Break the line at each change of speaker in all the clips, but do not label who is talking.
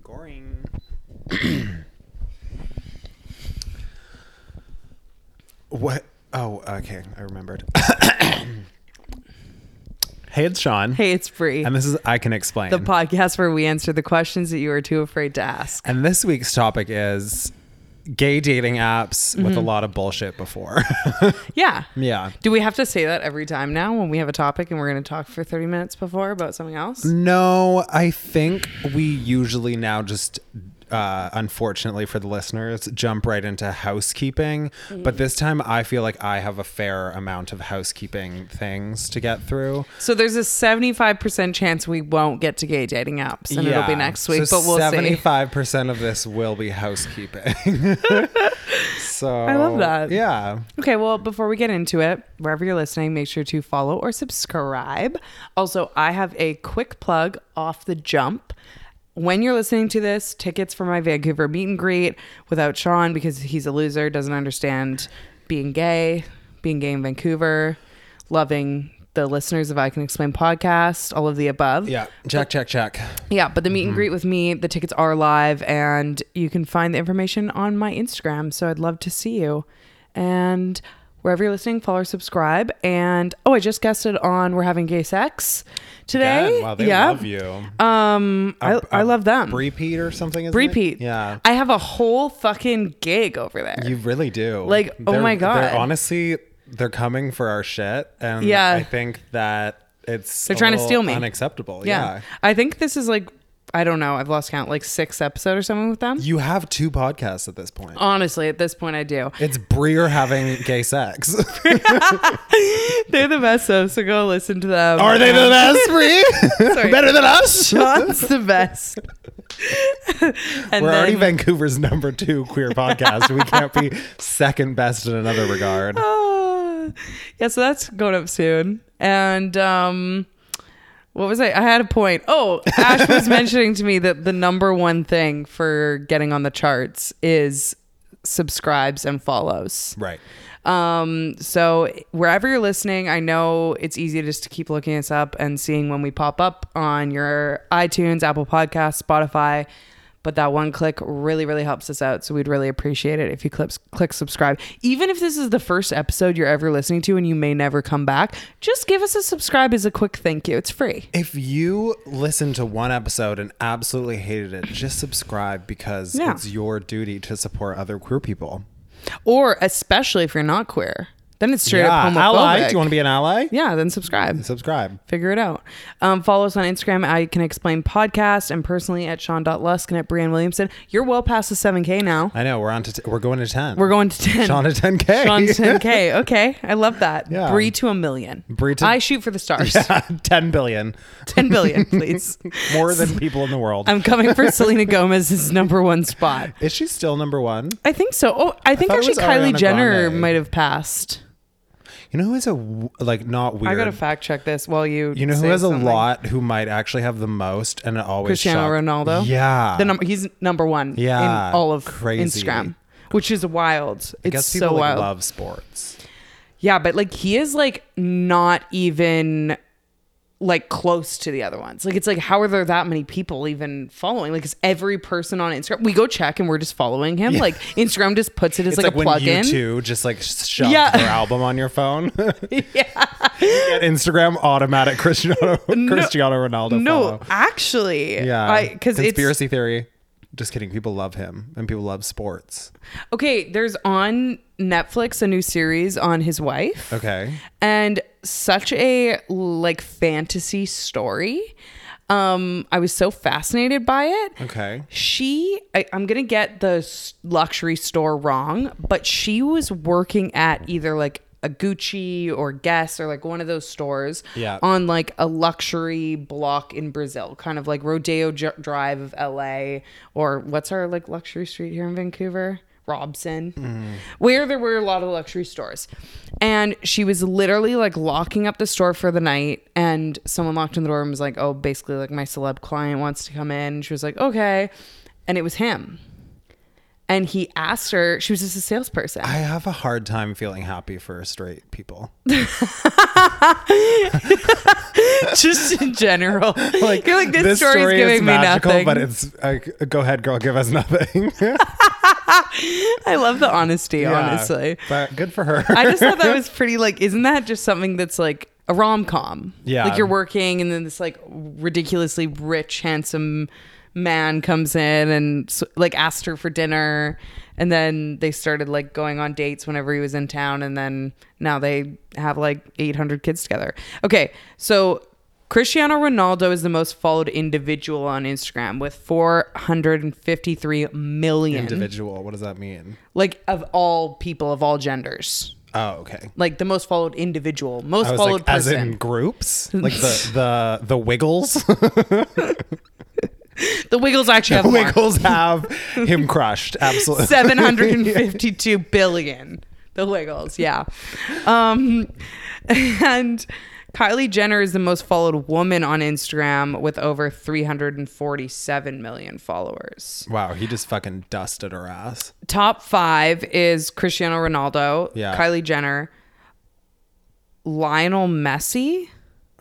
scoring.
What? Oh, okay. I remembered. hey, it's Sean.
Hey, it's Bree.
And this is I Can Explain.
the podcast where we answer the questions that you are too afraid to ask.
and this week's topic is gay dating apps with a
Mm-hmm.
lot of bullshit before.
Yeah.
yeah.
Do we have to say that every time now when we have a topic and we're going to talk for 30 minutes before about something else?
Mm. No, I think we usually now just, uh, unfortunately for the listeners, jump right into housekeeping.
Mm-hmm.
But this time I feel like I have a fair amount of housekeeping things to get through.
So there's a 75% chance we won't get to gay dating apps and it'll be next week,
So
but we'll see.
75% of this will be housekeeping. so I
love that.
Yeah.
Okay, well, before we get into it, wherever you're listening, make sure to follow or subscribe. Also, I have a quick plug off the jump. When you're listening to this, tickets for my Vancouver meet and greet without Sean because he's a loser, doesn't understand being gay, being gay in Vancouver, loving the listeners of I Can Explain podcast, all of the above.
Yeah. Check, check, check.
Yeah, but the meet
Mm-hmm.
and greet with me, the tickets are live, and you can find the information on my Instagram. So I'd love to see you. And wherever you're listening, follow or subscribe. And oh, I just guested on We're Having Gay Sex today.
Good. Wow, they
yeah.
love you.
Um, I, I love them.
Repeat or something? Isn't it?
Repeat.
Yeah.
I have a whole fucking gig over there.
You really do.
Like, oh
They're-
my God.
They're honestly, they're coming for our shit. And
Yeah.
I think that it's
They're
a
trying to
little
steal me.
Unacceptable.
yeah.
Yeah.
I think this is like, I don't know, I've lost count, like sixth episode or something with them.
You have two podcasts at this point.
Honestly, at this point, I do.
It's Breer having gay sex.
They're the best, though, so go listen to them.
Are they the best, Bree?
Sorry.
Better than us?
John's the best. and
We're already
then,
Vancouver's number two queer podcast. we can't be second best in another regard.
Ah. yeah, so that's going up soon. And um, what was I? I had a point. Oh, Ash was mentioning to me that the number one thing for getting on the charts is subscribes and follows.
Right.
Um, so wherever you're listening, I know it's easy just to keep looking us up and seeing when we pop up on your iTunes, Apple Podcasts, Spotify. But that one click really, really helps us out. So we'd really appreciate it if you click, click subscribe. Even if this is the first episode you're ever listening to and you may never come back, just give us a subscribe as a quick thank you. It's free.
If you listened to one episode and absolutely hated it, just subscribe because
Yeah.
it's your duty to support other queer people.
Or especially if you're not queer, then it's straight up homophobic.
ally. Do you want to be an ally?
yeah, then subscribe.
Subscribe.
figure it out. Um, follow us on Instagram. I can explain podcast and personally at Sean.Lusk and at Brianne Williamson. You're well past the 7K now.
I know we're on to t- we're going to ten.
We're going to 10.
Sean to ten k.
Sean to 10K. Okay. I love that.
Yeah.
Bree to a million.
Bree to-
I shoot for the stars.
ten billion
10 billion, please.
more than people in the world.
I'm coming for Selena Gomez's number one spot.
Is she still number one?
I think so. Oh, I think
thought it
actually
was
Kylie
Ariana
Jenner
Grande.
might have passed.
You know who is a w- like not weird.
I got to fact check this while you.
You know who
say
has
something.
a lot who might actually have the most and it always
Cristiano
shock-
Ronaldo.
Yeah.
The number he's number one
Yeah,
in all of
crazy.
Instagram, which is wild.
I
It's
guess people
so
like,
wild.
love sports.
Yeah, but like he is like not even like close to the other ones. Like it's like how are there that many people even following? Like is every person on Instagram? We go check and we're just following him. Like Instagram just puts it as
It's
like,
like,
a
when you
plug-in.
two just like shove
Yeah.
their album on your phone.
yeah.
Get Instagram automatic Cristiano Cristiano Ronaldo.
No,
follow.
actually.
Yeah.
Because it's
conspiracy theory. Just kidding. People love him and people love sports.
okay. There's on Netflix a new series on his wife.
Okay.
and such a like fantasy story. Um, I was so fascinated by it.
Okay.
She, I, I'm gonna get the s- luxury store wrong, but she was working at either like a Gucci or Guess or like one of those stores
Yeah.
on like a luxury block in Brazil, kind of like Rodeo J- Drive of LA or what's our like luxury street here in Vancouver? Robson,
Mm-hmm.
where there were a lot of luxury stores. And she was literally like locking up the store for the night. And someone locked in the door and was like, oh, basically, like my celeb client wants to come in. She was like, okay. And it was him. and he asked her, she was just a salesperson.
I have a hard time feeling happy for straight people.
just in general. Like, You're like, this, story's
story
giving me nothing.
but it's uh, go ahead, girl, give us nothing.
I love the honesty,
Yeah.
honestly.
but good for her.
I just thought that was pretty like, isn't that just something that's like a rom com?
Yeah.
Like you're working and then this like ridiculously rich, handsome man comes in and s- like asked her for dinner. And then they started like going on dates whenever he was in town. And then now they have like 800 kids together. Okay. So Cristiano Ronaldo is the most followed individual on Instagram with 453 million.
individual. What does that mean?
like of all people of all genders
Oh, okay.
like the most followed individual, most
I was
followed
like, as
person.
in groups, like the the the Wiggles.
the Wiggles actually have more.
Wiggles have him crushed. Absolutely.
752 billion. The Wiggles, yeah. Um, and Kylie Jenner is the most followed woman on Instagram with over 347 million followers.
Wow, he just fucking dusted her ass.
Top five is Cristiano Ronaldo,
Yeah.
Kylie Jenner, Lionel Messi.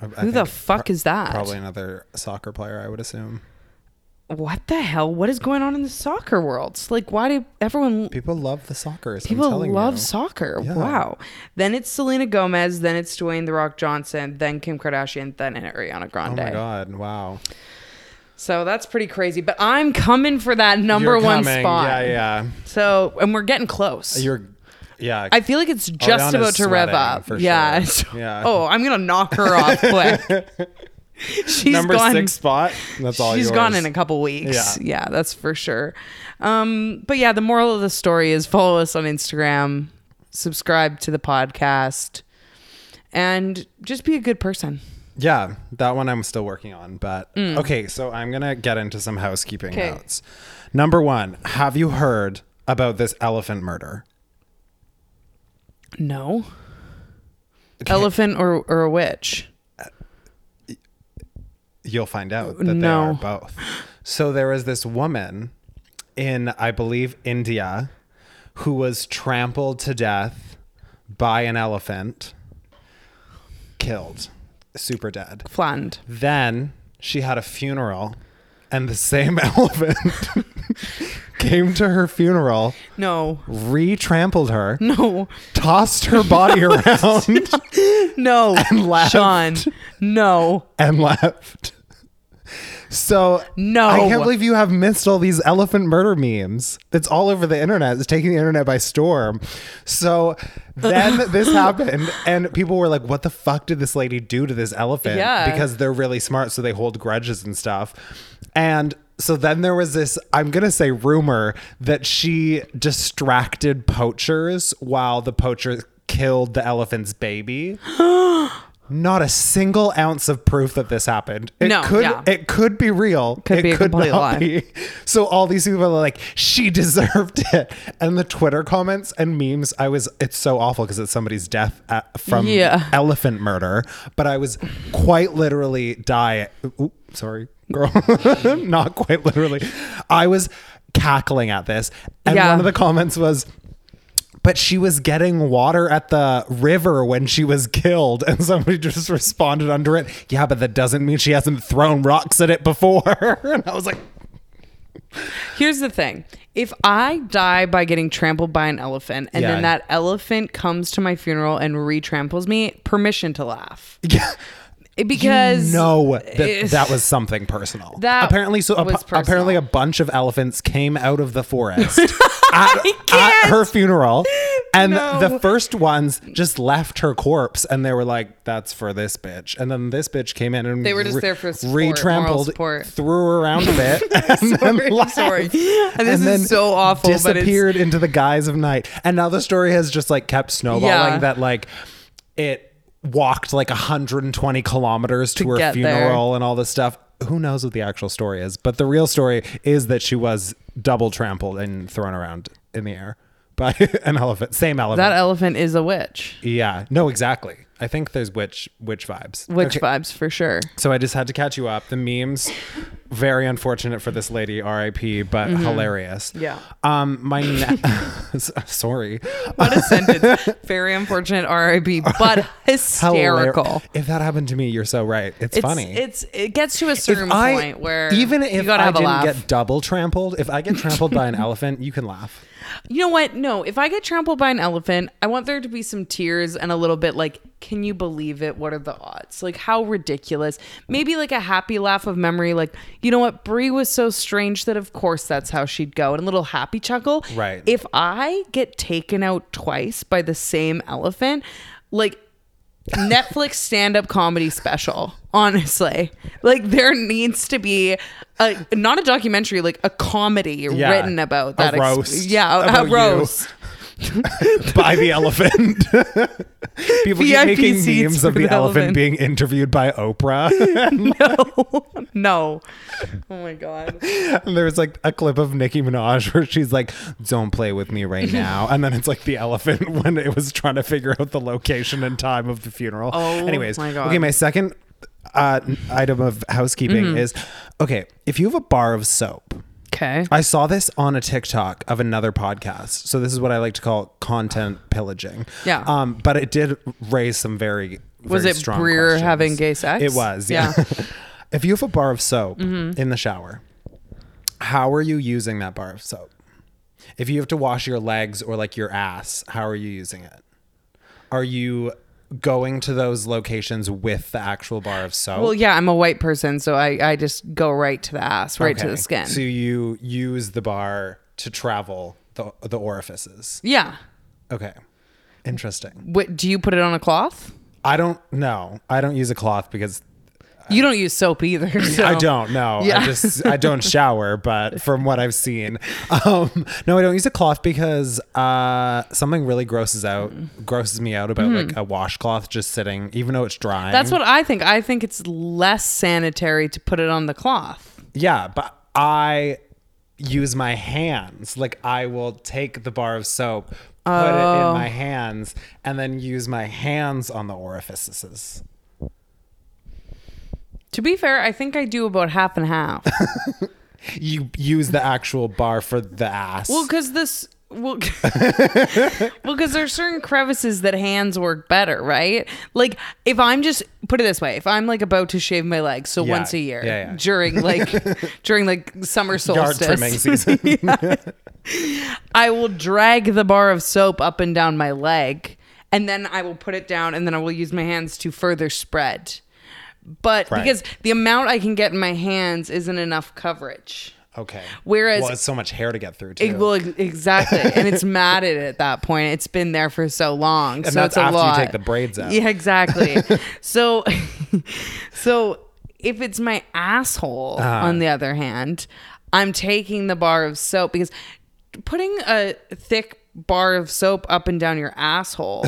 I- I
Who the
think
fuck is that?
Probably another soccer player, I would assume.
What the hell? What is going on in the soccer world? Like, why do everyone
People love the soccer. is what I'm
People
telling
love
you. Oh
soccer.
Yeah.
Wow. Then it's Selena Gomez, then it's Dwayne The Rock Johnson, then Kim Kardashian, then Ariana
Oh
Grande.
my god! Wow.
So that's pretty crazy. But I'm coming for that number
You're
one
coming.
spot.
Yeah,
So, and we're getting close.
yeah. You're, yeah.
I feel like it's just
Ariana's
about to rev
sweating,
up.
for
yeah.
sure.
So-
Yeah.
Oh, I'm gonna knock her off quick. She's
number
gone.
six spot. That's all.
She's
yours.
gone in a couple weeks.
Yeah.
Yeah. that's for sure. Um, but yeah, the moral of the story is follow us on Instagram, subscribe to the podcast, and just be a good person.
Yeah, that one I'm still working on. But
Mm.
okay, so I'm gonna get into some housekeeping
'Kay.
notes. Number one, have you heard about this elephant murder?
No. Elephant or, or a witch?
You'll find out that they
No.
are both. So there was this woman in, I believe, India, who was trampled to death by an elephant, killed, super dead.
Flattened.
Then she had a funeral, and the same elephant came to her funeral,
No.
re-trampled her,
No.
tossed her body around,
No.
left.
Sean. No.
and left. So
No.
I can't believe you have missed all these elephant murder memes. It's all over the internet. It's taking the internet by storm. So then this happened, and people were like, "What the fuck did this lady do to this elephant?"
Yeah.
because they're really smart, so they hold grudges and stuff. And so then there was this, I'm going to say rumor that she distracted poachers while the poachers killed the elephant's baby. Not a single ounce of proof that this happened. It
No,
could
yeah.
it could be real.
Could
it
be a complete lie.
So all these people are like, she deserved it. And the Twitter comments and memes, I was, it's so awful because it's somebody's death uh from
Yeah.
elephant murder. But I was quite literally die. Oop, sorry, girl. Not quite literally. I was cackling at this. And
Yeah.
one of the comments was, but she was getting water at the river when she was killed. And somebody just responded under it, yeah, but that doesn't mean she hasn't thrown rocks at it before. and I was like,
Here's the thing. If I die by getting trampled by an elephant and
Yeah.
then that elephant comes to my funeral and re-tramples me, permission to laugh.
yeah.
It- Because
no, that,
If-
that was something personal.
That
apparently, so ap-
was personal.
apparently, a bunch of elephants came out of the forest at, at her funeral, and
No.
the first ones just left her corpse, and they were like, "That's for this bitch." And then this bitch came in and
They were just there for support, moral
re-trampled,
support.
threw her around a bit, and then
Sorry,
left.
sorry. And this is
And then
so awful, but it's
disappeared into the guise of night, and now the story has just like kept snowballing.
Yeah.
That like it walked like 120 kilometers to, her
get there.
funeral and all this stuff. Who knows what the actual story is? But the real story is that she was double trampled and thrown around in the air by an elephant. Same elephant.
That elephant is a witch.
yeah. No, exactly. I think there's witch witch vibes.
Witch
Okay,
vibes for sure.
So I just had to catch you up. The memes, very unfortunate for this lady, R.I.P., but hilarious.
Mm-hmm. Yeah.
Um, my ne- S- sorry,
What a sentence. Very unfortunate RIB, but hysterical.
Hilar- If that happened to me, you're so right. It's,
It's
funny.
It's it gets to a certain point where
even if
you gotta
I
have a
didn't
laugh.
get double trampled, if I get trampled by an elephant, you can laugh.
You know what? No, if I get trampled by an elephant, I want there to be some tears and a little bit like, can you believe it? What are the odds? Like, how ridiculous. Maybe like a happy laugh of memory, like, you know what? Brie was so strange that of course that's how she'd go, and a little happy chuckle.
Right.
If I get taken out twice by the same elephant, like, Netflix stand up comedy special, honestly. Like, there needs to be a not a documentary, like a comedy
Yeah.
written about that
A
ex-
roast
yeah, a- a,
about you.
roast.
by the elephant. People keep
VIP
making
seats
memes
for
of the,
the
elephant,
elephant.
being interviewed by Oprah.
No, no. Oh my god.
and there's like a clip of Nicki Minaj where she's like, "Don't play with me right now," and then it's like the elephant when it was trying to figure out the location and time of the funeral.
Oh
anyways,
my God.
okay, my second uh, item of housekeeping
Mm-hmm.
is okay. If you have a bar of soap.
Okay.
I saw this on a TikTok of another podcast. So this is what I like to call content pillaging.
Yeah.
Um, but it did raise some very,
Was
very
it
strong
Breer
questions.
having gay sex? Mm-hmm.
It was. Yeah. if you have a bar of soap in the shower, how are you using that bar of soap? If you have to wash your legs or like your ass, how are you using it? Are you going to those locations with the actual bar of soap?
Well, yeah, I'm a white person, so I, I just go right to the ass, right to
Okay.
the skin.
So you use the bar to travel the the orifices.
yeah.
Okay. Interesting.
What do you put it on a cloth?
I don't know. I don't use a cloth because
You don't use soap either. So.
I don't know. I
Yeah.
just I don't shower, but from what I've seen, um, no, I don't use a cloth because uh, something really grosses out grosses me out
Hmm.
about like a washcloth just sitting, even though it's drying.
That's what I think. I think it's less sanitary to put it on the cloth.
Yeah, but I use my hands. Like I will take the bar of soap, put it
Oh.
in my hands, and then use my hands on the orifices.
To be fair, I think I do about half and half.
You use the actual bar for the ass.
Well, because this. Well, well, because there's certain crevices that hands work better, right? Like if I'm just put it this way, if I'm like about to shave my legs, so
Yeah.
once a year
Yeah, yeah.
during like during like summer
Yard trimming
solstice,
season.
I will drag the bar of soap up and down my leg, and then I will put it down, and then I will use my hands to further spread. But
Right.
because the amount I can get in my hands isn't enough coverage.
Okay.
Whereas-
well, it's so much hair to get through too.
It, well, ex- exactly, and it's matted at that point. It's been there for so long, so
that's
it's a
after you
lot.
take the braids out.
Yeah, exactly. so, so if it's my asshole,
Uh-huh.
on the other hand, I'm taking the bar of soap because putting a thick bar of soap up and down your asshole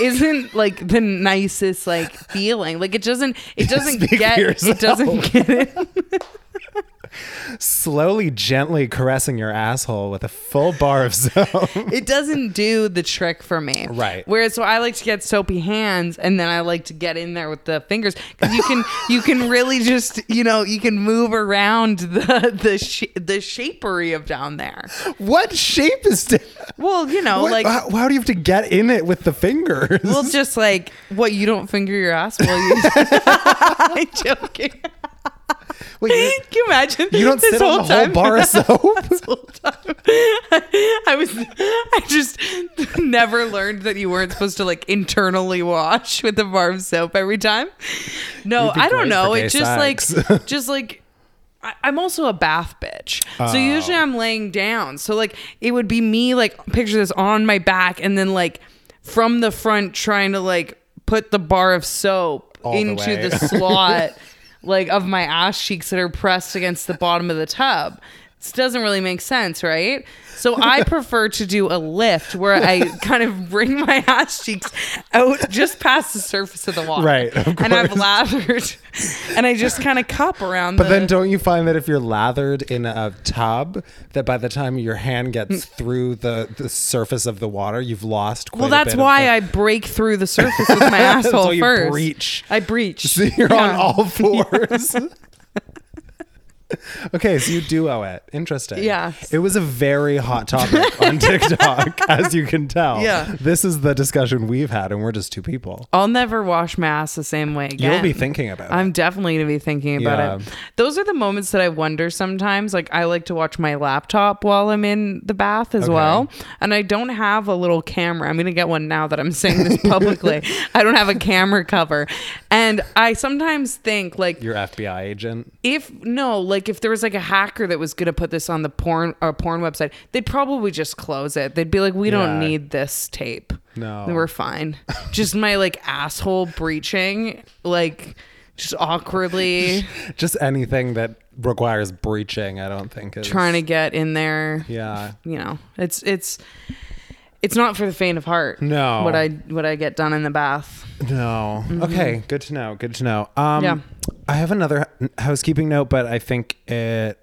isn't like the nicest like feeling like it doesn't it doesn't
Speak for
get
yourself.
it doesn't get it
Slowly, gently caressing your asshole with a full bar of soap.
it doesn't do the trick for me.
Right.
Whereas so I like to get soapy hands and then I like to get in there with the fingers cuz you can you can really just, you know, you can move around the the sh- the shapery of down there.
what shape is it?
Well, you know,
What-
Oh,
Uh,
like
how, how do you have to get in it with the fingers?
well just like what you don't finger your ass while you I'm joking.
Wait, you-
Can you imagine?
You don't
this
sit on the whole
time?
bar of soap.
whole time. I was, I just never learned that you weren't supposed to like internally wash with a bar of soap every time. No,
You'd be
I don't
great
know.
for
It
gay
just
sex.
like, just like, I- I'm also a bath bitch.
Oh.
So usually I'm laying down. So like, it would be me like, picture this on my back and then like from the front trying to like put the bar of soap
the
into
way.
the slot like of my ass cheeks that are pressed against the bottom of the tub. This doesn't really make sense, right? So I prefer to do a lift where I kind of bring my ass cheeks out just past the surface of the water.
Right, of
And I've
course.
lathered and I just kind of cup around
But
the
then don't you find that if you're lathered in a tub, that by the time your hand gets through the, the surface of the water, you've lost quite
Mm. Well,
a bit
that's
of
why
the-
I break through the surface with my
So
asshole
you
first.
breach.
I breach.
So you're on
Yeah.
all fours. okay, so you duo it. Interesting.
Yeah.
It was a very hot topic on TikTok, as you can tell.
Yeah.
This is the discussion we've had, and we're just two people.
I'll never wash my ass the same way again.
You'll be thinking about it.
I'm definitely going to be thinking about
Yeah.
it. Those are the moments that I wonder sometimes. Like, I like to watch my laptop while I'm in the bath as
Okay.
well. And I don't have a little camera. I'm going to get one now that I'm saying this publicly. I don't have a camera cover. And I sometimes think, like,
Your FBI agent.
if no, like if there was like a hacker that was gonna put this on the porn or porn website, they'd probably just close it. They'd be like, "We don't
Yeah.
need this tape.
No.
we're fine. just my like asshole breaching, like just awkwardly
Just anything that requires breaching, I don't think is.
trying to get in there.
Yeah.
You know, it's it's it's not for the faint of heart.
No.
what I what I get done in the bath.
No. Okay. Good to know. Good to know. Um,
Mm-hmm. Yeah.
I have another h- housekeeping note, but I think it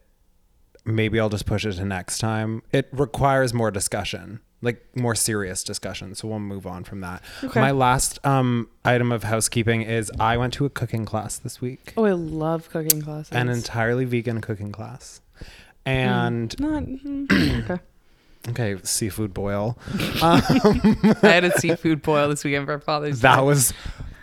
maybe I'll just push it to next time. It requires more discussion, like more serious discussion. So we'll move on from that.
Okay.
My last um, item of housekeeping is I went to a cooking class this week,
Oh, I love cooking classes.
an entirely vegan cooking class. And
not mm, okay.
okay, seafood boil.
I had a seafood boil this weekend for Father's Day.
That was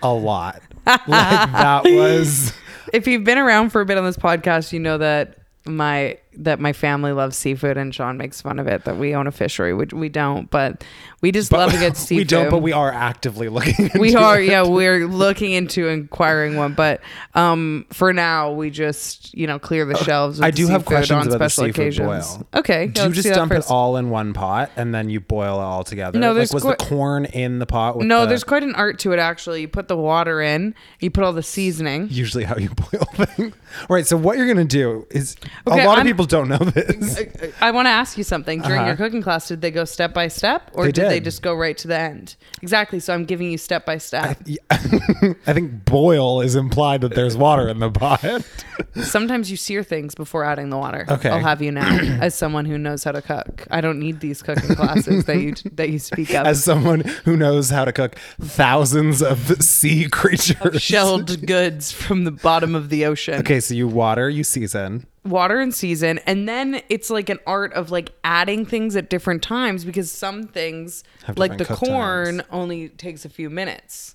a lot. like that was
if you've been around for a bit on this podcast, you know that my that my family loves seafood and Sean makes fun of it that we own a fishery, which we don't, but we just love a good seafood.
we don't, but we are actively looking.
We
into
are
it.
yeah, we're looking into inquiring one, but um for now we just, you know, clear the shelves. With
I
the
do have
seafood
questions
on
about the
special
seafood
occasions.
boil.
Okay.
Do
yeah,
you
let's
just
do that
dump it
first.
all in one pot and then you boil it all together?
No,
like
there's
was the
qu-
corn in the pot? With
No,
the-
there's quite an art to it actually. You put the water in, you put all the seasoning.
usually how you boil things. right. So what you're gonna do is
Okay,
a lot of
I'm-
people don't know this.
I, I want to ask you something. During
Uh-huh.
your cooking class, did they go step by step, or
They
did. they
did.
just go right to the end? Exactly. So I'm giving you step by step.
Yeah. I think boil is implied that there's water in the pot.
Sometimes you sear things before adding the water.
Okay.
I'll have you now, as someone who knows how to cook. I don't need these cooking classes that you that you speak of.
As someone who knows how to cook thousands of sea creatures.
Shelled goods from the bottom of the ocean.
Okay, so you water, you season.
water and season and then it's like an art of like adding things at different times because some things
Have
like the
different cook
corn only takes a few minutes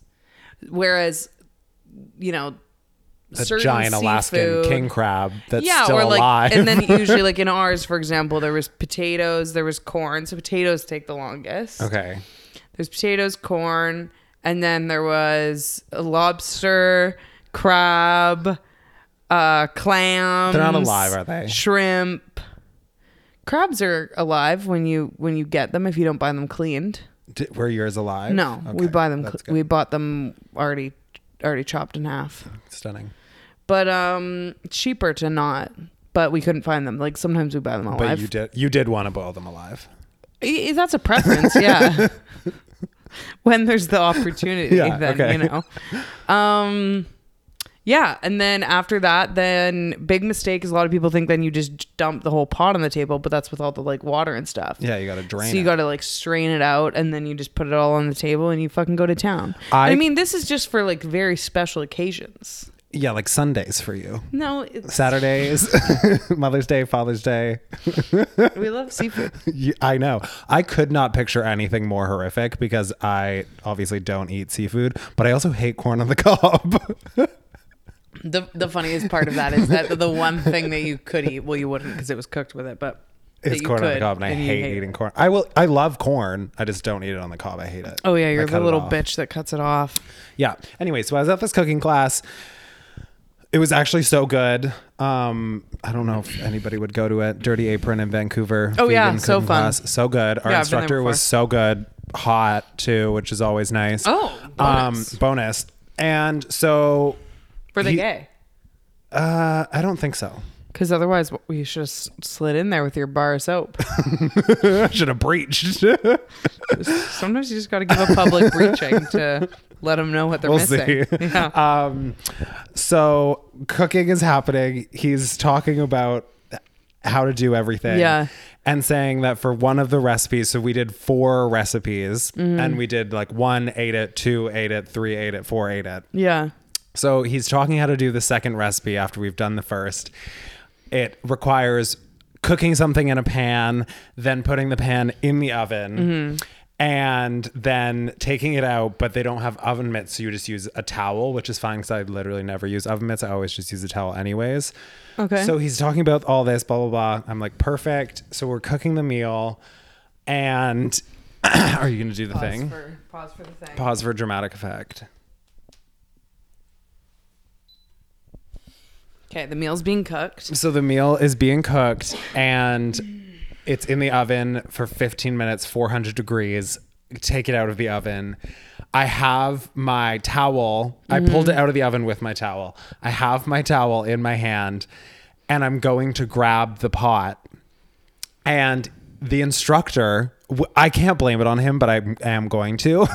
whereas you know
A giant Alaskan
seafood-
king crab that's
yeah
still
or like
alive.
and then usually like in ours for example there was potatoes there was corn so potatoes take the longest
okay.
there's potatoes corn and then there was lobster crab uh clams
They're not alive, are they?
shrimp crabs are alive when you when you get them if you don't buy them cleaned
D- were yours alive?
no we
Okay,
buy them
That's
cl- we bought them already already chopped in half
stunning.
but um cheaper to not but we couldn't find them like sometimes we buy them
But
alive
you did you did want to boil them alive.
I- I- that's a preference yeah when there's the opportunity
Yeah,
then
okay.
you know um yeah and then after that then big mistake is a lot of people think then you just dump the whole pot on the table but that's with all the like water and stuff
Yeah, you got to drain.
so you
it.
got to like strain it out and then you just put it all on the table and you fucking go to town
I-
i mean this is just for like very special occasions
yeah, like Sundays for you.
no it's,
Saturdays, Mother's Day, Father's Day.
we love seafood
You- I know. I could not picture anything more horrific because I obviously don't eat seafood, but I also hate corn on the cob.
the, the funniest part of that is that the one thing that you could eat well you wouldn't because it was cooked with it but that
it's
you
corn on the
could
cob, and I
you
hate, eating corn. I will. I love corn. I just don't eat it on the cob. I hate it.
Oh yeah,
I
you're
cut
the
it
little
off.
bitch that cuts it off.
Yeah. Anyway, so I was at this cooking class. It was actually so good. Um, I don't know if anybody would go to it. Dirty Apron in Vancouver.
Oh, yeah,
vegan
so
cooking
fun.
So good. Our
Yeah, I've been there
instructor was so good. Hot too, which is always nice.
Oh, bonus.
um, bonus. And so
Were they
He-
gay?
uh, I don't think so.
Because otherwise, w- you should have s- slid in there with your bar of soap.
I should have breached.
Sometimes you just got to give a public breaching to let them know what they're
We'll
missing.
see.
Yeah.
um, so cooking is happening. He's talking about how to do everything.
Yeah.
And saying that for one of the recipes, so we did four recipes and we did like one, ate it, two, ate it, three, ate it, four, ate it.
yeah.
So he's talking how to do the second recipe after we've done the first. It requires cooking something in a pan, then putting the pan in the oven.
Mm-hmm.
And then taking it out, but they don't have oven mitts, so you just use a towel, which is fine because I literally never use oven mitts. I always just use a towel, anyways.
Okay.
So he's talking about all this, blah, blah, blah. I'm like, perfect. So we're cooking the meal. And are you going to do the thing?
for, pause for the thing.
Pause for dramatic effect.
Okay, the meal's being cooked.
So the meal is being cooked and it's in the oven for 15 minutes, 400 degrees. Take it out of the oven. I have my towel. I pulled it out of the oven with my towel. I have my towel in my hand and I'm going to grab the pot. And the instructor, w- I can't blame it on him, but I am going to,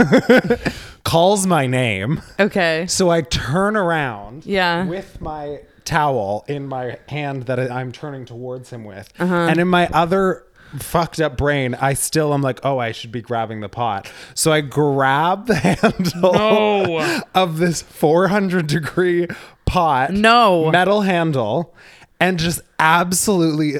calls my name.
Okay.
So I turn around
Yeah.
with my towel in my hand that I- I'm turning towards him with.
Uh-huh.
And in my other fucked up brain, I still am like, oh, I should be grabbing the pot. So I grab the handle
No.
of this 400 degree pot.
No.
Metal handle and just absolutely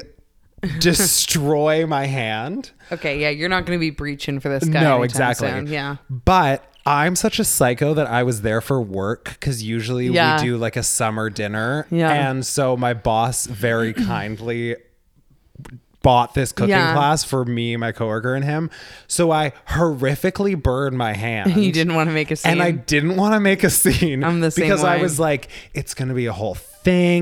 destroy my hand.
Okay, yeah, you're not going to be breaching for this guy.
No,
anytime
exactly.
soon. Yeah.
But I'm such a psycho that I was there for work because usually
Yeah.
we do like a summer dinner.
Yeah.
And so my boss very kindly bought this cooking
Yeah.
class for me, my coworker, and him. So I horrifically burned my hand.
You didn't want to make a scene.
And I didn't want to make a scene.
I'm the same
because I
way.
was like, it's gonna be a whole thing.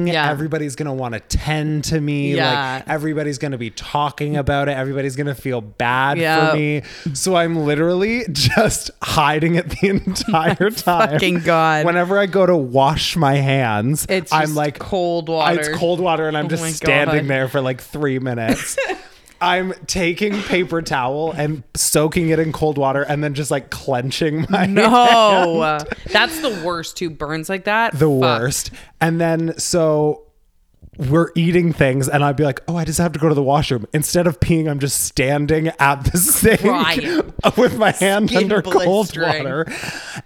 Yeah.
Everybody's gonna want to tend to me.
Yeah.
Like everybody's gonna be talking about it. Everybody's gonna feel bad
Yeah.
for me. So I'm literally just hiding it the entire time.
fucking God.
Whenever I go to wash my hands,
it's
I'm
just
like
cold water.
it's cold water, and I'm
Oh my
just standing
God.
there for like three minutes. I'm taking paper towel and soaking it in cold water, and then just like clenching my
No, that's the worst. Two burns like that.
the
Fuck.
worst. And then so we're eating things, and I'd be like, "Oh, I just have to go to the washroom." Instead of peeing, I'm just standing at the sink
Crying.
with my hand
Skin
under cold
blistering.
water.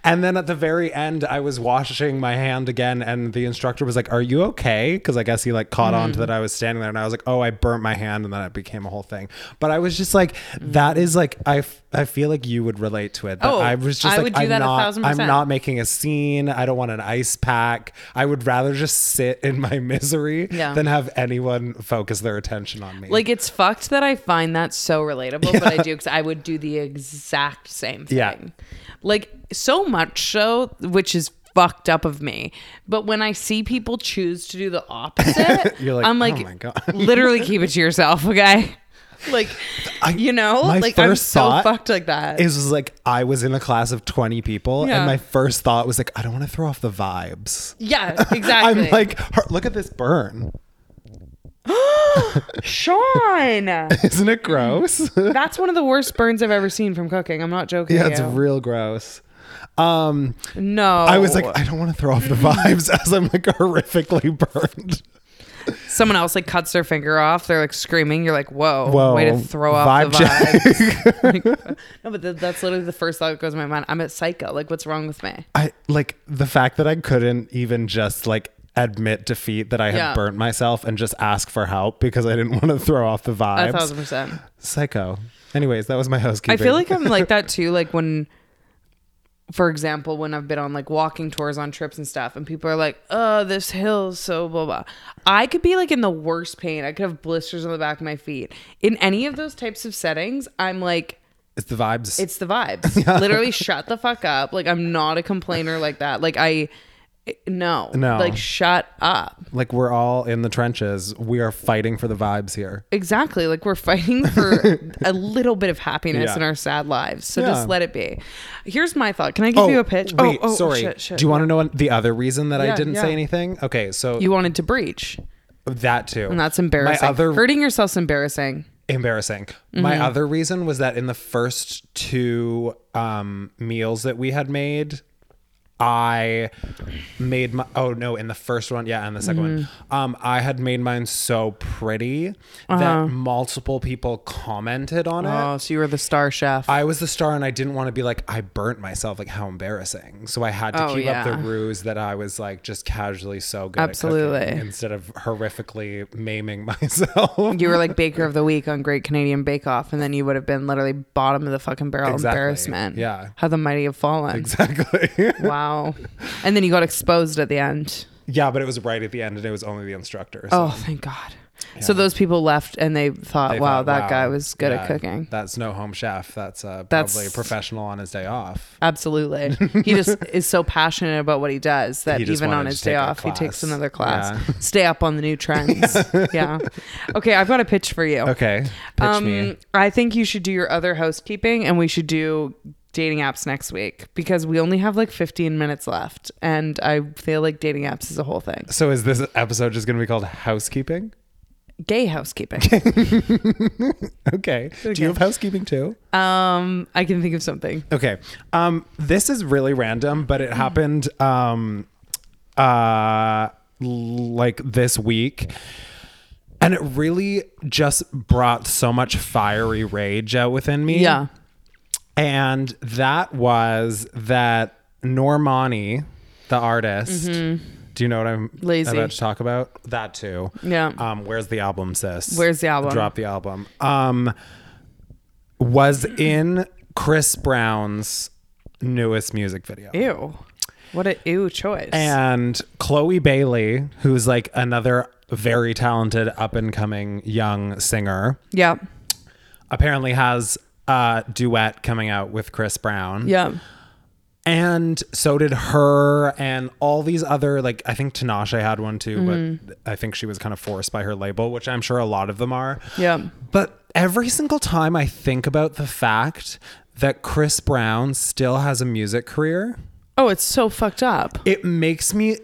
And then at the very end, I was washing my hand again, and the instructor was like, "Are you okay?" Because I guess he like caught on to
Mm-hmm.
that I was standing there, and I was like, "Oh, I burnt my hand," and then it became a whole thing. But I was just like, "That is like I." f- I feel like you would relate to it. That
Mm. Oh,
I was just
I
like,
would do
I'm
that a
not,
thousand
I'm
percent.
not making a scene. I don't want an ice pack. I would rather just sit in my misery
Yeah.
than have anyone focus their attention on me.
Like it's fucked that I find that so relatable, but I do because I would do the exact same thing.
Yeah.
Like so much so, which is fucked up of me. But when I see people choose to do the opposite,
You're like,
I'm like,
"Oh my God."
literally keep it to yourself, okay? Like, you know,
my
like I'm
first
so
thought
fucked like that.
it was like I was in a class of 20 people,
Yeah.
and my first thought was like, I don't want to throw off the vibes.
yeah, exactly.
I'm like, "Her- look at this burn.
Sean.
Isn't it gross?
That's one of the worst burns I've ever seen from cooking. I'm not joking.
yeah, it's
you.
real gross. Um,
no.
I was like, I don't want to throw off the vibes as I'm like horrifically burned.
someone else like cuts their finger off. They're like screaming. You're like, whoa,
Whoa,
way to throw off
vibe
the
check.
vibes. Like, no, but th- that's literally the first thought that goes in my mind. I'm at psycho. Like, what's wrong with me?
I like the fact that I couldn't even just like admit defeat that I had
Yeah.
burnt myself and just ask for help because I didn't want to throw off the
A
vibes.
thousand percent.
Psycho. Anyways, that was my
I
housekeeping.
feel like I'm like that too. Like when, for example, when I've been on like walking tours on trips and stuff, and people are like, "Oh, this hill, so blah blah." I could be like in the worst pain. I could have blisters on the back of my feet. In any of those types of settings, I'm like.
it's the vibes.
It's the vibes. Literally, shut the fuck up. Like I'm not a complainer like that. Like I, eh, no,
No.
Like shut up.
like we're all in the trenches. We are fighting for the vibes here.
Exactly. Like we're fighting for a little bit of happiness
Yeah.
in our sad lives. So
Yeah. Oh,
just let it be. Here's my thought. Can I give you a pitch? Oh,
Wait, sorry. Do you want to know the other reason that I
Yeah,
didn't
yeah.
say anything? Okay, so
You wanted to breach.
That too.
And that's embarrassing.
My other
Hurting yourself's embarrassing.
embarrassing.
Mm-hmm.
My other reason was that in the first two um, meals that we had made, I made my oh no in the first one yeah and the 2nd one
Mm-hmm.
um I had made mine so pretty that multiple people commented on it
Uh-huh. Oh, so you were the star chef.
Uh, I was the star and I didn't want to be like, I burnt myself. Like, how embarrassing. So I had to
Oh,
keep up the
yeah.
ruse that I was like just casually so good at
Absolutely.
cooking instead of horrifically maiming myself.
you were like baker of the week on Great Canadian Bake Off, and then you would have been literally bottom of the fucking barrel
Exactly.
embarrassment.
Yeah.
How the mighty have fallen.
exactly.
Wow. And then you got exposed at the end.
yeah, but it was right at the end and it was only the instructor. So
Oh, thank God. So those people left and they thought,
I
Oh, wow,
thought,
that
wow,
guy was good at
yeah,
cooking.
That's no home chef. That's uh,
That's-
probably a professional on his day off.
Absolutely. He just is so passionate about what he does that
He just
even on
wanted
his
to
day
take a
off, he
class.
takes another class.
Yeah.
Stay up on the new trends. Yeah. Okay, I've got a pitch for you. Um,
Okay. Pitch me.
I think you should do your other housekeeping and we should do dating apps next week because we only have like 15 minutes left and I feel like dating apps is a whole thing.
So is this episode just going to be called housekeeping?
Gay housekeeping.
Okay. Do
Okay.
you have housekeeping too?
um, I can think of something.
Okay. Um, this is really random, but
Mm.
it happened um, uh, l- like this week. And it really just brought so much fiery rage out within me.
Yeah.
And that was that Normani, the artist. Do you know what I'm
Mm-hmm. Lazy.
about to talk about? That too.
Yeah.
Um, where's the album, sis?
Where's the album?
Drop the album. Um, was in Chris Brown's newest music video.
Ew. What a ew choice.
And Chloe Bailey, who's like another very talented up and coming young singer,
yeah.
apparently has a duet coming out with Chris Brown.
Yeah.
And so did her and all these other like I think Tinashe had one too,
Mm-hmm.
but I think she was kind of forced by her label, which I'm sure a lot of them are.
Yeah.
But every single time I think about the fact that Chris Brown still has a music career,
Oh, it's so fucked up.
it makes me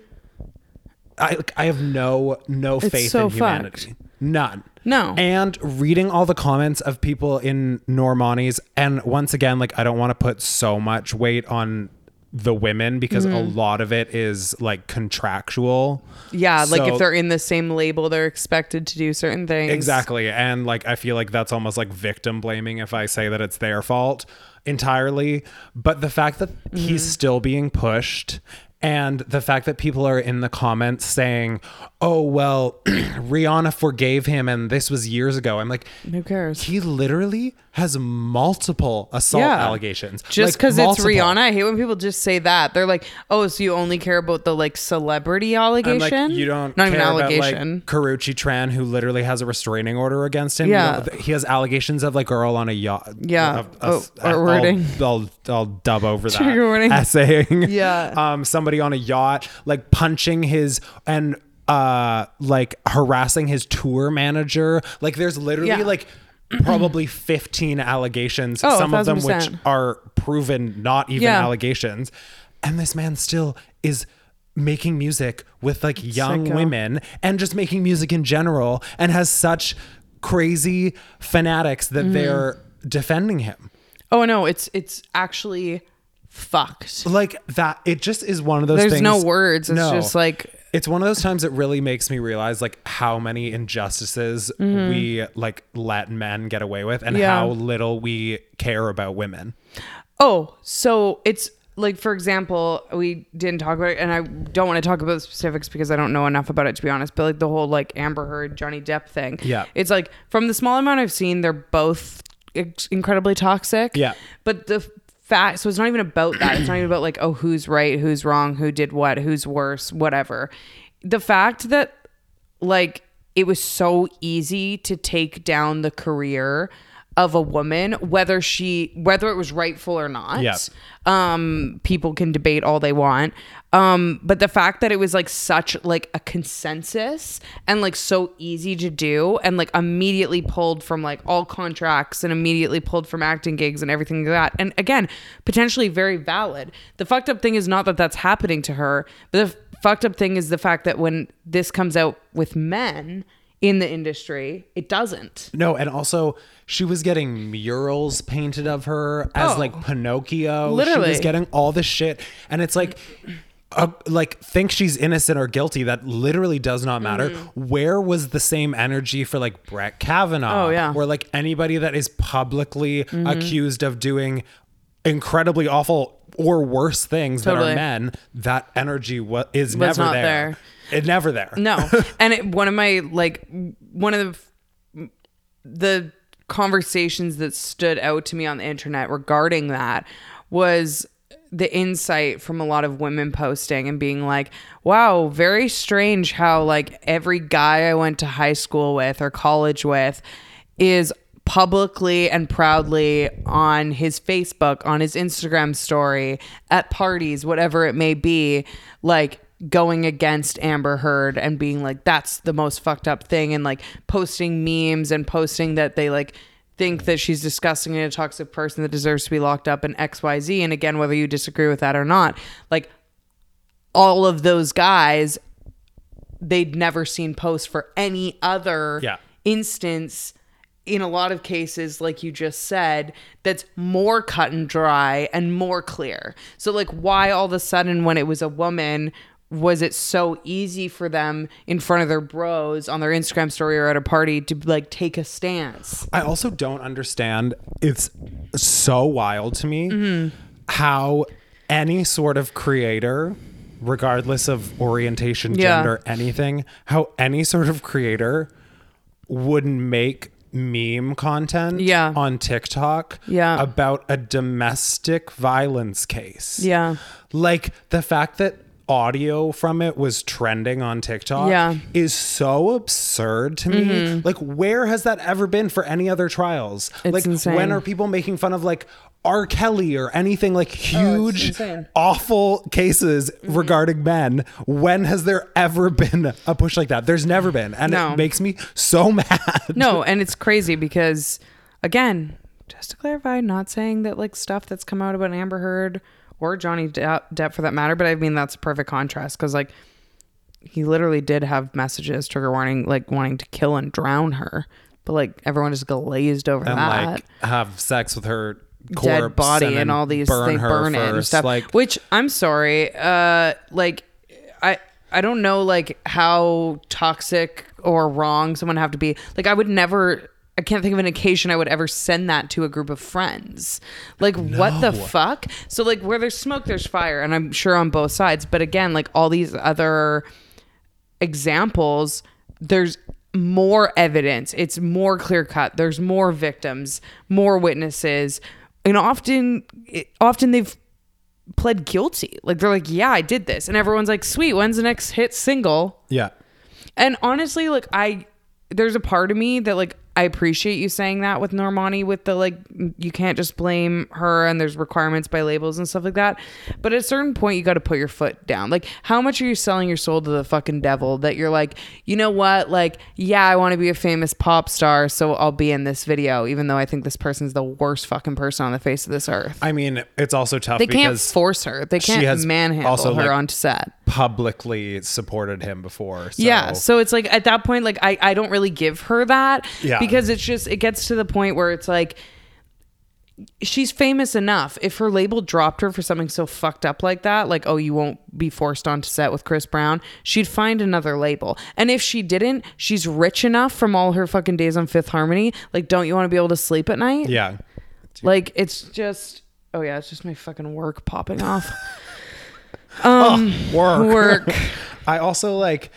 I I have no no faith
so
in humanity. None.
No.
And reading all the comments of people in Normani's and once again like I don't want to put so much weight on the women because a lot of it is like contractual.
Yeah, like
So-
if they're in the same label, they're expected to do certain things.
Exactly. And like I feel like that's almost like victim blaming if I say that it's their fault entirely. But the fact that he's still being pushed and the fact that people are in the comments saying, "Oh, well, Rihanna forgave him and this was years ago." I'm like,
Who cares?
he literally has multiple assault
Yeah.
allegations.
Just
Like,
because it's
multiple.
Rihanna, I hate when people just say that. They're like, "Oh, so you only care about the like celebrity
I'm
allegation?
like, you don't
not
care
even
about
allegation."
like Karuchi Tran, who literally has a restraining order against him. You
Yeah.
know, he has allegations of like girl on a yacht.
Yeah.
a-
Oh,
a-
or wording.
I'll, I'll, I'll dub over that.
Trigger warning.
Essaying.
Yeah.
Um, somebody on a yacht, like punching his and uh, like harassing his tour manager. Like, there's literally
Yeah.
like. Probably 15 allegations,
Oh, a
some of them
thousand
which
percent.
are proven not even
Yeah.
allegations. And this man still is making music with like young
Sicko.
women and just making music in general and has such crazy fanatics that
Mm-hmm.
they're defending him.
oh no, it's it's actually fucked.
Like that, it just is one of those
There's
things.
no words. It's
No.
just like
It's one of those times that really makes me realize like how many injustices we like let men get away with and
Mm-hmm. Yeah.
how little we care about women.
Oh, so it's like, for example, we didn't talk about it, and I don't want to talk about the specifics because I don't know enough about it to be honest. But like the whole like Amber Heard, Johnny Depp thing.
Yeah.
It's like from the small amount I've seen, they're both ex- incredibly toxic.
Yeah.
But the fact, so it's not even about that. It's not even about like, oh, who's right, who's wrong, who did what, who's worse, whatever. The fact that like it was so easy to take down the career of a woman whether she whether it was rightful or not
Yeah.
um people can debate all they want um but the fact that it was like such like a consensus and like so easy to do and like immediately pulled from like all contracts and immediately pulled from acting gigs and everything like that and again potentially very valid the fucked up thing is not that that's happening to her but the f- fucked up thing is the fact that when this comes out with men in the industry, it doesn't.
No, and also she was getting murals painted of her as
Oh.
like Pinocchio. she was
Literally.
getting all this shit, and it's like, uh, like think she's innocent or guilty. That literally does not matter.
Mm-hmm.
Where was the same energy for like Brett Kavanaugh?
Oh, yeah. Mm-hmm.
or like anybody that is publicly accused of doing incredibly awful or worse things that
Totally.
are men. That energy wa- is
Was
never
not
there. It never there.
No. and it, one of my like one of the conversations that stood out to me on the internet regarding that was the insight from a lot of women posting and being like, "Wow, very strange how like every guy I went to high school with or college with is publicly and proudly on his Facebook, on his Instagram story, at parties, whatever it may be, like going against Amber Heard and being like, that's the most fucked up thing, and like posting memes and posting that they like think that she's disgusting and a toxic person that deserves to be locked up and XYZ. And again, whether you disagree with that or not, like all of those guys, they'd never seen posts for any other
Yeah.
instance in a lot of cases, like you just said, that's more cut and dry and more clear. So, like, why all of a sudden, when it was a woman, was it so easy for them in front of their bros on their Instagram story or at a party to like take a stance?
I also don't understand. It's so wild to me how any sort of creator, regardless of orientation,
Yeah.
gender, anything, how any sort of creator would make meme content
Yeah.
on TikTok
Yeah.
about a domestic violence case.
Yeah.
Like the fact that audio from it was trending on TikTok
Yeah. Mm-hmm.
is so absurd to me. Like, where has that ever been for any other trials? like,
insane.
when are people making fun of like R. Kelly or anything like huge,
insane.
awful cases
Mm-hmm.
regarding men? When has there ever been a push like that? There's never been. And
No.
it makes me so mad.
No, and it's crazy because, again, just to clarify, not saying that like stuff that's come out about Amber Heard or Johnny Depp, Depp for that matter, but I mean that's a perfect contrast because like he literally did have messages, trigger warning, like wanting to kill and drown her, but like everyone just glazed over
And
that.
like, have sex with her corpse
dead body and,
then
all these
burn
things
her
burn it and
first.
stuff
Like,
which i'm sorry uh like i i don't know like how toxic or wrong someone have to be like i would never I can't think of an occasion I would ever send that to a group of friends. Like, what the fuck? So, like, where there's smoke, there's fire, and I'm sure on both sides. But again, like, all these other examples, there's more evidence. It's more clear cut. There's more victims, more witnesses, and often, it, often they've pled guilty. Like they're like, "Yeah, I did this," and everyone's like, "Sweet, when's the next hit single?"
yeah.
And honestly, like I, there's a part of me that like I appreciate you saying that with Normani, with the like you can't just blame her and there's requirements by labels and stuff like that. But at a certain point, you got to put your foot down. Like, how much are you selling your soul to the fucking devil that you're like, you know what? Like, yeah, I want to be a famous pop star, so I'll be in this video, even though I think this person's the worst fucking person on the face of this earth.
I mean, it's also tough
They can't
because
force her. They can't
has
manhandle
also,
her
like,
onto set.
publicly supported him before. So.
Yeah. So it's like at that point, like I, I don't really give her that.
Yeah.
Because it's just it gets to the point where it's like she's famous enough. If her label dropped her for something so fucked up like that, like, oh, you won't be forced onto set with Chris Brown, she'd find another label. And if she didn't, she's rich enough from all her fucking days on Fifth Harmony. Like, don't you want to be able to sleep at night?
yeah.
Like it's just oh yeah, it's just my fucking work popping off.
work.
work.
I also like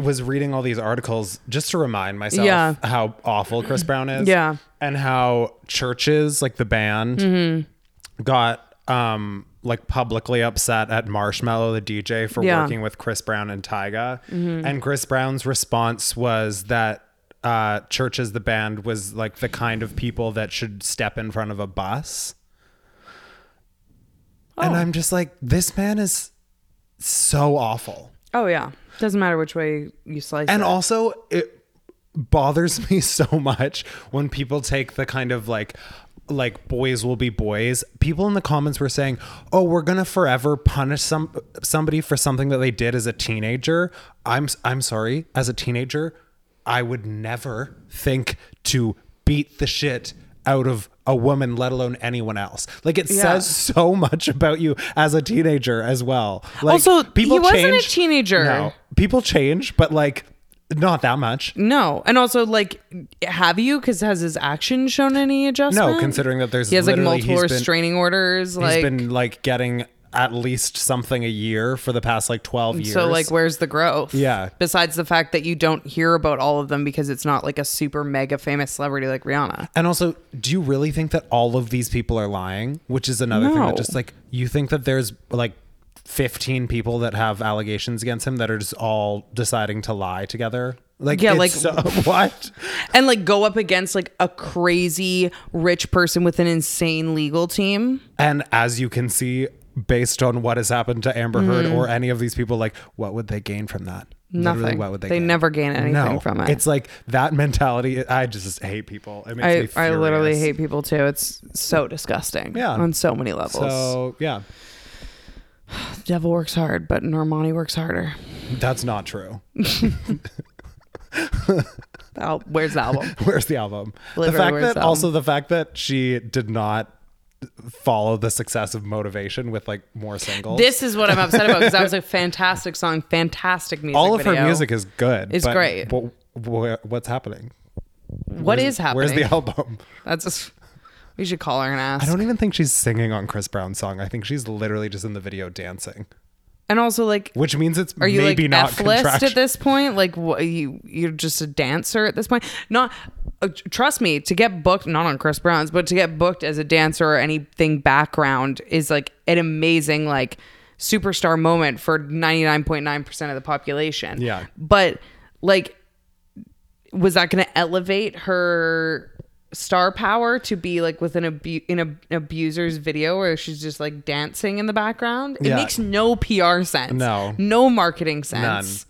was reading all these articles just to remind myself
Yeah.
how awful Chris Brown is.
Yeah. Mm-hmm.
And how churches, like the band, got um like publicly upset at Marshmallow the DJ for
Yeah.
working with Chris Brown and Tyga. And Chris Brown's response was that uh churches the band was like the kind of people that should step in front of a bus. And I'm just like, this man is so awful.
oh yeah. Doesn't matter which way you slice
And
it.
also, it bothers me so much when people take the kind of like, like boys will be boys. People in the comments were saying, "Oh, we're gonna forever punish some somebody for something that they did as a teenager." I'm s- I'm sorry. As a teenager, I would never think to beat the shit out of a woman, let alone anyone else. Like it
Yeah.
says so much about you as a teenager as well. Like
Also, he wasn't a teenager.
No, people change, but like not that much.
No, and also like, have you? Because has his action shown any adjustment?
considering that there's
he has like
literally-
multiple
he's been-
restraining orders. Like,
he's been like getting at least something a year for the past like 12 years.
so like, where's the growth?
Yeah.
Besides the fact that you don't hear about all of them because it's not like a super mega famous celebrity like Rihanna.
and also, do you really think that all of these people are lying? Which is another thing
No.
that just like you think that there's like 15 people that have allegations against him that are just all deciding to lie together. Like,
Yeah,
it's
like-
so- what?
and like go up against like a crazy rich person with an insane legal team.
And as you can see, based on what has happened to Amber Heard or any of these people, like, what would they gain from that? Literally,
Mm. Nothing.
what would they
They
gain?
never gain anything
no,
from it.
It's like that mentality. I just hate people. It makes me
I, I
furious.
literally hate people too. It's so disgusting.
Yeah.
On so many levels.
So yeah,
The devil works hard, but Normani works harder.
that's not true.
Oh, where's the album?
Where's the album?
Literally,
the fact
where's
that
the album?
also the fact that she did not follow the success of Motivation with like more singles.
this is what I'm upset about because that was a fantastic song, fantastic music.
All of her
video.
music is good.
is
but
great.
wh- wh- what's happening?
What is happening?
Where's the album?
That's just, we should call her and ask.
I don't even think she's singing on Chris Brown's song. I think she's literally just in the video dancing,
and also like
which means it's
Are you
maybe
like
not
F list
contractual.
at this point? Like what, you you're just a dancer at this point. Not uh, tr- trust me to get booked not on Chris Brown's, but to get booked as a dancer or anything background is like an amazing like superstar moment for 99.9% of the population.
Yeah.
But like was that going to elevate her star power to be like with an abu- in a, an abuser's video where she's just like dancing in the background? It
Yeah.
makes no PR sense.
No.
No marketing sense.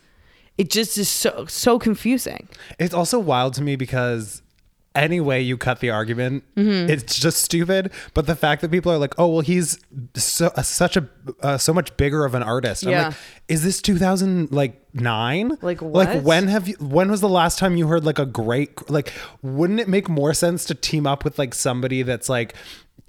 It just is so so confusing.
It's also wild to me because any way you cut the argument,
Mm-hmm.
it's just stupid. But the fact that people are like, "Oh, well, he's so uh, such a uh, so much bigger of an artist," I'm
Yeah.
like, "Is this 2000 like nine? Like
Like, what?
when have you? When was the last time you heard like a great like? Wouldn't it make more sense to team up with like somebody that's like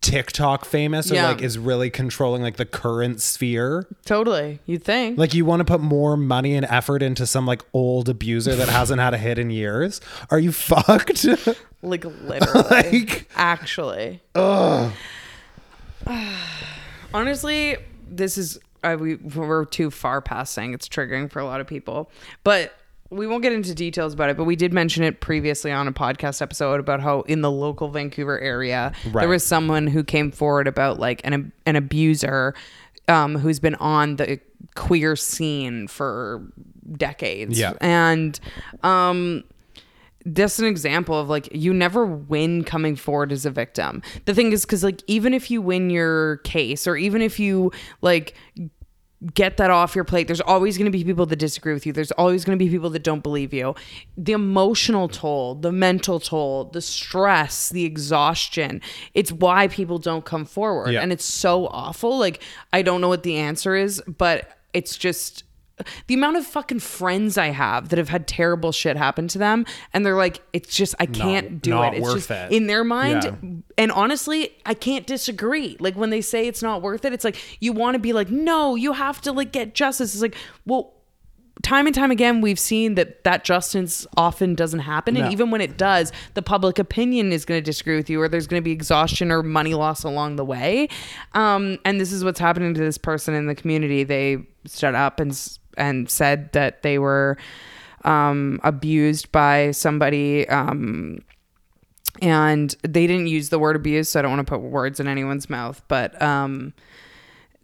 TikTok famous or
Yeah.
like is really controlling like the current sphere?
Totally. You'd think.
Like you want to put more money and effort into some like old abuser that hasn't had a hit in years? Are you fucked?
Like, literally.
Like-
actually. Honestly, this is I, we we're too far past saying it's triggering for a lot of people, but we won't get into details about it. But we did mention it previously on a podcast episode about how in the local Vancouver area
Right.
there was someone who came forward about like an an abuser um, who's been on the queer scene for decades.
Yeah.
and um, that's an example of like you never win coming forward as a victim. The thing is cuz like even if you win your case or even if you like get that off your plate, there's always going to be people that disagree with you. There's always going to be people that don't believe you. The emotional toll, the mental toll, the stress, the exhaustion. It's why people don't come forward
Yeah.
and it's so awful. Like I don't know what the answer is, but it's just the amount of fucking friends I have that have had terrible shit happen to them, and they're like, it's just I can't do
not
it. It's
worth
just
it.
in their mind.
Yeah.
And honestly, I can't disagree. Like when they say it's not worth it, it's like you want to be like, no, you have to like get justice. It's like, well, time and time again, we've seen that that justice often doesn't happen,
No.
and even when it does, the public opinion is going to disagree with you, or there's going to be exhaustion or money loss along the way. Um, and this is what's happening to this person in the community. They stood up and s- and said that they were um, abused by somebody. Um, and they didn't use the word abuse so i don't want to put words in anyone's mouth but um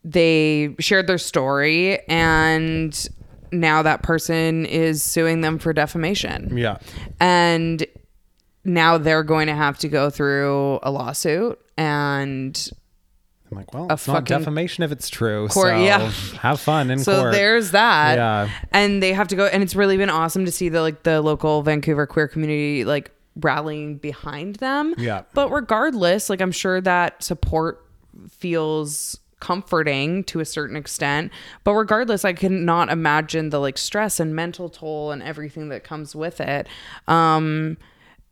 they shared their story and now that person is suing them for defamation
yeah.
and now they're going to have to go through a lawsuit and
I'm like, well, it's not
fucking-
defamation if it's true.
Court,
so
yeah.
have fun in
so
court.
there's that
Yeah.
and they have to go and it's really been awesome to see the like the local vancouver queer community like rallying behind them.
Yeah.
But regardless, like I'm sure that support feels comforting to a certain extent. But regardless, I cannot imagine the like stress and mental toll and everything that comes with it. Um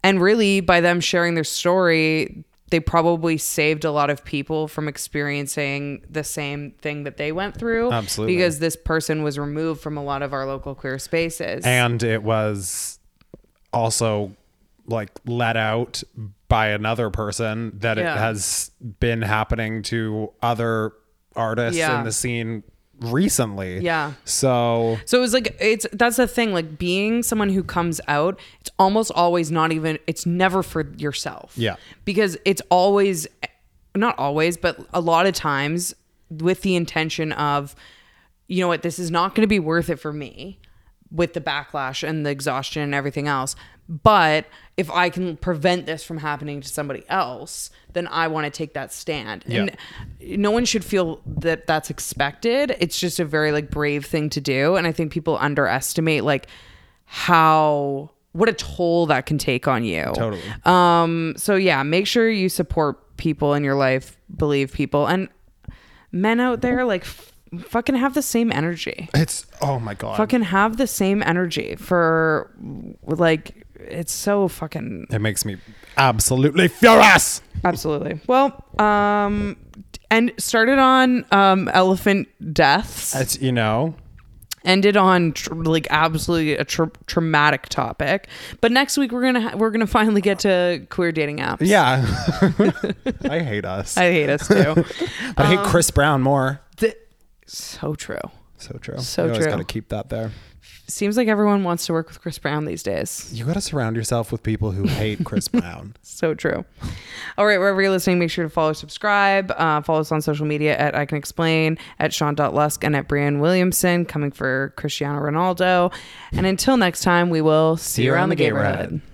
and really by them sharing their story, they probably saved a lot of people from experiencing the same thing that they went through.
Absolutely.
Because this person was removed from a lot of our local queer spaces.
and it was also like let out by another person that
Yeah.
it has been happening to other artists
Yeah.
in the scene recently.
Yeah.
So
So it was like it's that's the thing like being someone who comes out it's almost always not even it's never for yourself.
Yeah.
Because it's always not always but a lot of times with the intention of you know what this is not going to be worth it for me with the backlash and the exhaustion and everything else but if I can prevent this from happening to somebody else then I want to take that stand.
Yeah.
And no one should feel that that's expected. It's just a very like brave thing to do and I think people underestimate like how what a toll that can take on you.
totally.
Um so yeah, make sure you support people in your life, believe people and men out there like f- fucking have the same energy.
It's oh my god.
Fucking have the same energy for like it's so fucking
it makes me absolutely furious.
Absolutely. Well, um, and started on um, elephant deaths,
It's you know,
ended on tr- like absolutely a tr- traumatic topic. But next week we're gonna ha- we're gonna finally get to queer dating apps.
yeah. I hate us.
I um, hate us too.
but I hate Chris Brown more.
Th- so true.
So true.
so
you always
true.
Got to keep that there.
Seems like everyone wants to work with Chris Brown these days.
You got to surround yourself with people who hate Chris Brown.
So true. All right, wherever you're listening, make sure to follow, subscribe, uh, follow us on social media at I Can Explain, at Sean.Lusk, and at Brian Williamson, coming for Cristiano Ronaldo. And until next time, we will see you around the gay
Gatorade.
road.